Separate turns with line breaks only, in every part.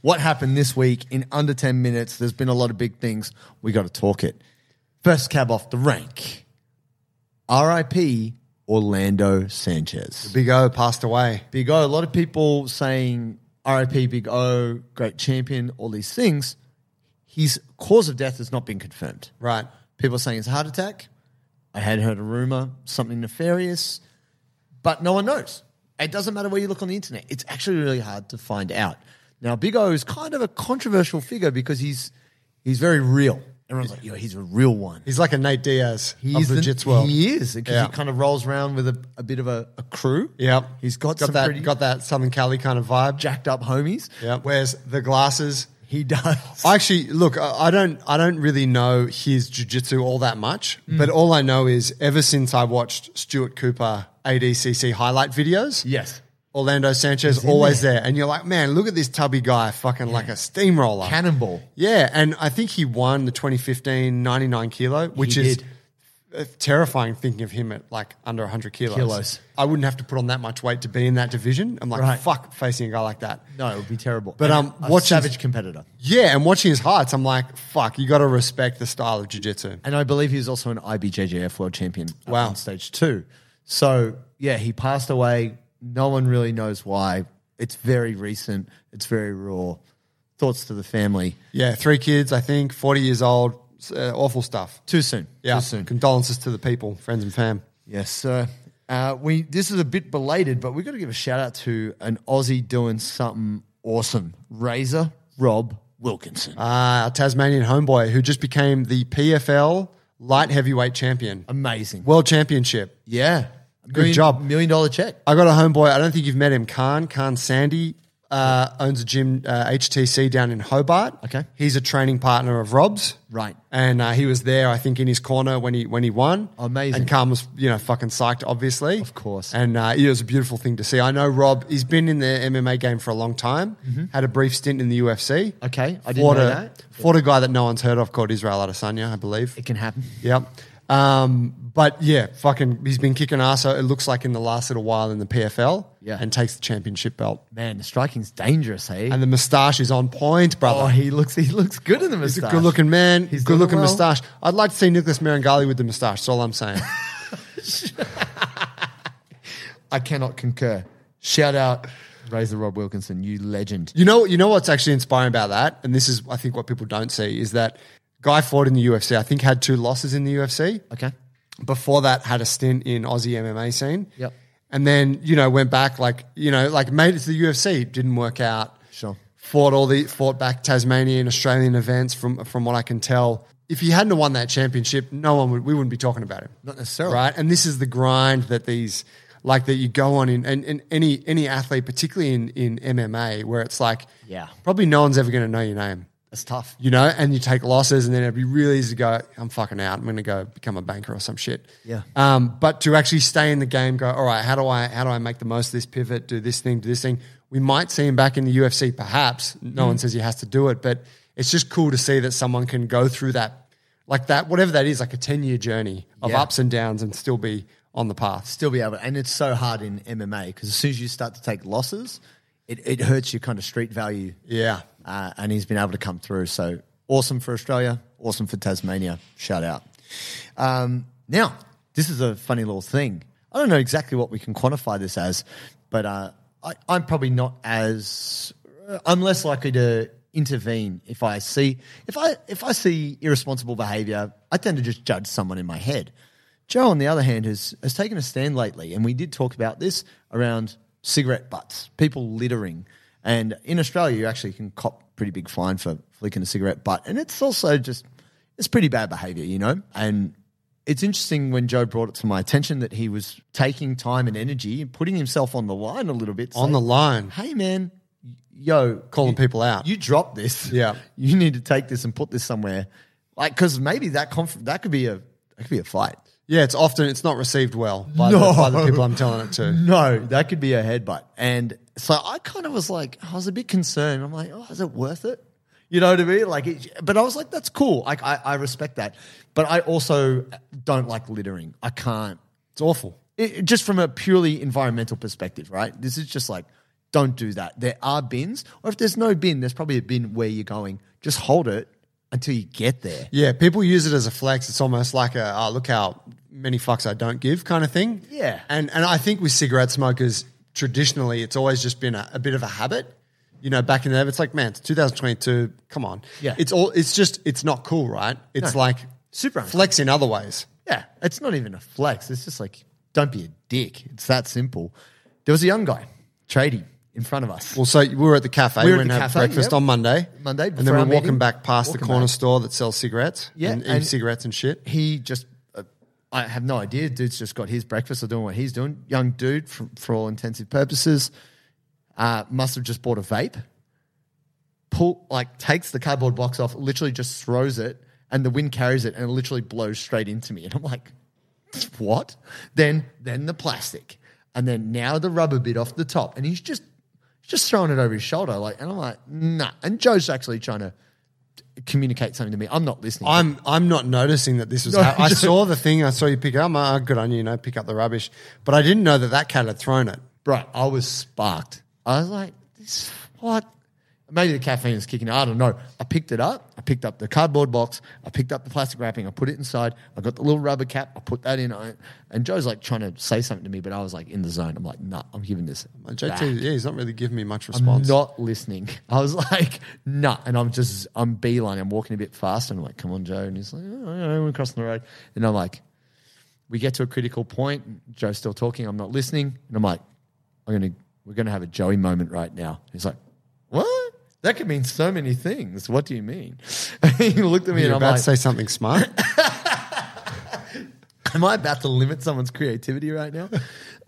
what happened this week in under 10 minutes? There's been a lot of big things. We got to talk it. First cab off the rank RIP Orlando Sanchez.
Big O passed away.
Big O, a lot of people saying RIP Big O, great champion, all these things. His cause of death has not been confirmed.
Right.
People are saying it's a heart attack. I had heard a rumor, something nefarious, but no one knows. It doesn't matter where you look on the internet. It's actually really hard to find out. Now, Big O is kind of a controversial figure because he's he's very real. Everyone's like, yo, he's a real one.
He's like a Nate Diaz
He's
of the jits world.
He is because
Yeah.
he kind of rolls around with a, a bit of a, a crew.
Yep.
he's got, some
that
pretty
got that Southern Cali kind of vibe.
jacked up homies.
Yeah. Wears the glasses.
He does.
I actually look. I I don't. I don't really know his jujitsu all that much,
Mm.
but all I know is ever since I watched Stuart Cooper ADCC highlight videos,
yes,
Orlando Sanchez always there. and you're like, man, look at this tubby guy, fucking like a steamroller,
cannonball.
Yeah, and I think he won the 2015 99 kilo, which
He
is
did.
uh, terrifying thinking of him at like under 100 kilos.
Kilos.
I wouldn't have to put on that much weight to be in that division. I'm like,
Right.
fuck, facing a guy like that.
No, it would be terrible.
But,
And
um,
a
watch
savage
his-
competitor.
Yeah, and watching his heights, I'm like, fuck, you got to respect the style of jiu-jitsu.
And I believe he's also an IBJJF world champion up
Wow.
on stage two. So, yeah, he passed away. No one really knows why. It's very recent, it's very raw. Thoughts to the family.
Yeah, three kids, I think, 40 years old, s- uh, awful stuff.
Too soon.
Yeah,
Too soon.
condolences to the people, friends and fam.
Yes, sir. Uh, we this is a bit belated, but we got to give a shout out to an Aussie doing something awesome. Razor Rob Wilkinson,
Uh, our Tasmanian homeboy who just became the PFL light heavyweight champion.
amazing.
World championship.
yeah, good
job.
million dollar check.
I got a homeboy. I don't think you've met him. Khan Khan Sandy uh, owns a gym, uh, HTC down in Hobart.
Okay.
he's a training partner of Rob's.
Right.
and uh, he was there. I think in his corner when he when he won.
Amazing.
And Khan was you know fucking psyched, obviously. Of
course.
And uh, it was a beautiful thing to see. I know Rob. He's been in the MMA game for a long time. Had a brief stint in the UFC.
Mm-hmm. Okay, I didn't
fought
know
a,
that.
Fought a guy that no one's heard of called Israel Adesanya, I believe.
It can happen.
Yep. Um, but yeah, fucking, he's been kicking ass. It looks like in the last little while in the PFL,
Yeah.
and takes the championship belt.
Man, the striking's dangerous. Hey,
And the moustache is on point, brother.
oh, he looks he looks good in the
he's a
moustache.
good looking man.
He's
good
doing
looking
well.
moustache. I'd like to see Nicholas Marangali with the moustache. That's all I'm saying.
I cannot concur. Shout out Razor Rob Wilkinson, you legend.
you know, you know what's actually inspiring about that, and this is, I think, what people don't see is that guy fought in the UFC. I think had two losses in the UFC.
Okay,
before that had a stint in Aussie MMA scene.
Yep.
And then, you know, went back like, you know, like made it to the UFC, didn't work out.
Sure.
Fought all the fought back Tasmanian Australian events from from what I can tell. If he hadn't have won that championship, no one would we wouldn't be talking about him.
Not necessarily.
Right? And this is the grind that these like that you go on in and, and any any athlete, particularly in, in MMA, where it's like
Yeah.
probably no one's ever gonna know your name
that's tough.
you know, and you take losses, and then it'd be really easy to go, I'm fucking out. I'm going to go become a banker or some shit.
Yeah.
Um, but to actually stay in the game, go, all right, how do I how do I make the most of this pivot? Do this thing, do this thing. We might see him back in the UFC, perhaps. No
Mm.
one says he has to do it, but it's just cool to see that someone can go through that, like that, whatever that is, like a ten year journey of
Yeah.
ups and downs, and still be on the path.
still be able and it's so hard in MMA because as soon as you start to take losses, it, it hurts your kind of street value.
Yeah.
Uh, and he's been able to come through. So awesome for Australia, awesome for Tasmania. Shout out. Um, now, this is a funny little thing. I don't know exactly what we can quantify this as, but uh, I, I'm probably not as I'm less likely to intervene if I see if I if I see irresponsible behaviour. I tend to just judge someone in my head. Joe, on the other hand, has has taken a stand lately, and we did talk about this around cigarette butts, people littering, and in Australia, you actually can cop pretty big fine for flicking a cigarette butt, and it's also just it's pretty bad behaviour, you know, and it's interesting when Joe brought it to my attention that he was taking time and energy and putting himself on the line a little bit.
On the
saying,
line.
Hey, man, yo,
Calling
you-
people out.
You drop this.
Yeah.
You need to take this and put this somewhere. Like, because maybe that conf- that could be a that could be a fight.
Yeah, it's often it's not received well by, the,
No.
by the people I'm telling it to.
No, that could be a headbutt. And so I kind of was like, I was a bit concerned. I'm like, oh, is it worth it? You know what I mean? Like, it, but I was like, that's cool. Like, I, I respect that. But I also don't like littering. I can't.
It's awful.
It, it- just from a purely environmental perspective, right? This is just like, don't do that. There are bins, or if there's no bin, there's probably a bin where you're going. Just hold it until you get there.
Yeah, people use it as a flex. It's almost like a oh, look how many fucks I don't give kind of thing.
Yeah.
and and I think with cigarette smokers traditionally, it's always just been a, a bit of a habit. You know, back in the day, it's like man, it's 2022. Come on,
Yeah.
It's all. It's just it's not cool, right? It's
No.
like
Super
flex in other ways.
Yeah, it's not even a flex. It's just like, don't be a dick. It's that simple. There was a young guy, tradie, in front of us.
Well, so we were at the cafe.
We
We
were
were going
at the
to have
cafe,
breakfast
yeah.
on Monday.
Monday,
and
before
then
our
we're walking
meeting.
back past
Walking
the corner
back.
store that sells cigarettes.
Yeah,
and,
and-
and cigarettes and shit.
He just, uh, I have no idea. Dude's just got his breakfast or doing what he's doing. Young dude, for, for all intensive purposes, uh, must have just bought a vape. Pull like takes the cardboard box off, literally just throws it, and the wind carries it, and it literally blows straight into me. And I'm like, what? Then then the plastic, and then now the rubber bit off the top, and he's just just throwing it over his shoulder, like, and I'm like, nah. And Joe's actually trying to communicate something to me. I'm not listening.
I'm I'm not noticing that this was.
No,
hap- I
just-
saw the thing. I saw you pick it up. I'm like, "Oh, good on you, you know, pick up the rubbish. But I didn't know that that cat had thrown it.
bro, I was sparked. I was like, this, what? Maybe the caffeine is kicking. in. I don't know. I picked it up. I picked up the cardboard box. I picked up the plastic wrapping. I put it inside. I got the little rubber cap. I put that in. I, and Joe's like trying to say something to me, but I was like in the zone. I'm like, nah, I'm giving this.
My JT,
back.
yeah, he's not really giving me much
I'm
response.
not listening. I was like, nah. And I'm just, I'm beeline. I'm walking a bit fast. And I'm like, come on, Joe. And he's like, oh, yeah, we're crossing the road. And I'm like, we get to a critical point. Joe's still talking. I'm not listening. And I'm like, I'm going to, we're going to have a Joey moment right now. He's like, what? That could mean so many things. What do you mean? he looked at me
You're
and I'm
about
like,
to say something smart.
am I about to limit someone's creativity right now?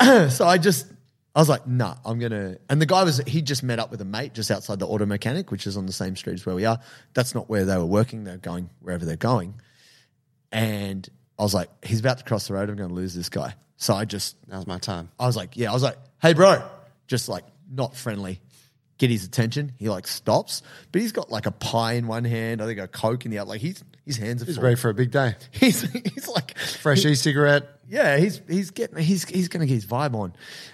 so I just, I was like, nah, I'm gonna. And the guy was, he just met up with a mate just outside the auto mechanic, which is on the same street as where we are. That's not where they were working. They're going wherever they're going. And I was like, he's about to cross the road. I'm going to lose this guy. So I just
Now's my time.
I was like, yeah. I was like, hey, bro, just like not friendly. Get his attention. He like stops, but he's got like a pie in one hand. I think a coke in the other. Like he's his hands are
He's
full.
ready for a big day.
He's he's like
Fresh e-cigarette.
yeah, he's he's getting he's he's going to get his vibe on.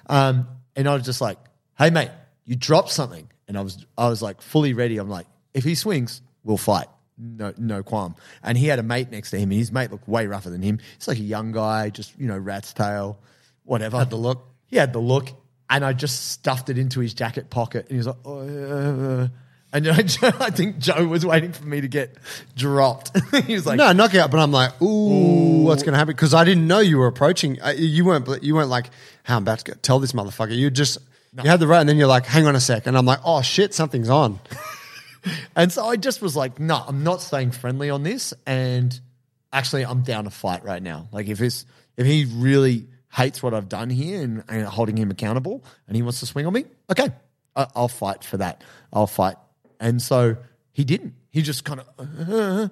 Um, and I was just like, hey mate, you dropped something, and I was I was like fully ready. I'm like, if he swings, we'll fight. No, no qualm. And he had a mate next to him, and his mate looked way rougher than him. It's like a young guy, just you know, rat's tail, whatever. Had the look. He had the look, and I just stuffed it into his jacket pocket, and he was like, oh, uh, and I, I think Joe was waiting for me to get dropped. he was like,
No, knockout. But I'm like, ooh, what's going to happen? Because I didn't know you were approaching. Uh, you weren't. bl- You weren't like, how I'm about to go, tell this motherfucker. You just you had the right, and then you're like, hang on a sec, and I'm like, oh shit, something's on.
And so I just was like, no, I'm not staying friendly on this. And actually, I'm down to fight right now. Like, if it's, if he really hates what I've done here and, and holding him accountable and he wants to swing on me, okay, I, I'll fight for that. I'll fight. And so he didn't. He just kind of, uh,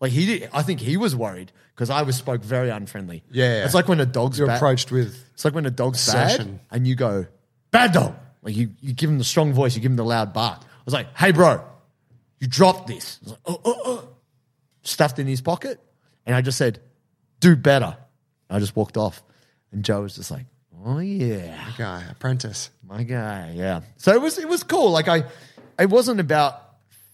like, he did. I think he was worried because I was spoke very unfriendly.
Yeah.
It's like when a dog's
You're
ba-
approached with
it's like when a dog's
Assertion.
bad and you go, bad dog. Like you, you give him the strong voice, you give him the loud bark. I was like, hey, bro, you dropped this. I was like, oh, oh, oh. Stuffed in his pocket. And I just said, do better. I just walked off. And Joe was just like, oh, yeah
guy apprentice.
my guy, yeah. So it was it was cool. Like I, it wasn't about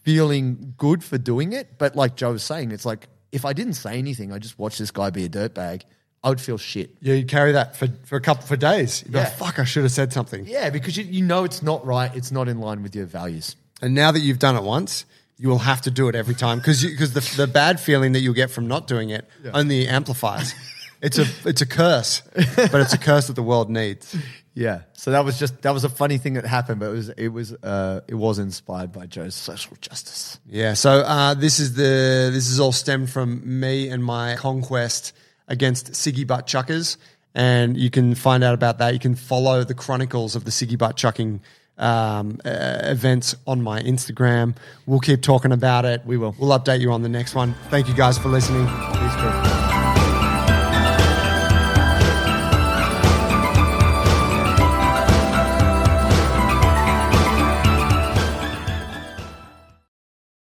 feeling good for doing it, but like Joe was saying, it's like if I didn't say anything, I just watched this guy be a dirtbag, I would feel shit.
Yeah, you carry that for, for a couple for days. You go,
Yeah.
fuck, I should have said something.
Yeah, because you, you know it's not right. It's not in line with your values.
And now that you've done it once, you will have to do it every time because because the, the bad feeling that you'll get from not doing it only amplifies. it's a it's a curse, but it's a curse that the world needs.
Yeah. So that was just that was a funny thing that happened, but it was it was uh it was inspired by Joe's social justice.
Yeah. So uh, this is the this is all stemmed from me and my conquest against Siggy Butt Chuckers, and you can find out about that. You can follow the chronicles of the Siggy Butt Chucking um, uh, events on my Instagram. We'll keep talking about it.
We will.
We'll update you on the next one. Thank you guys for listening. Peace, Drew.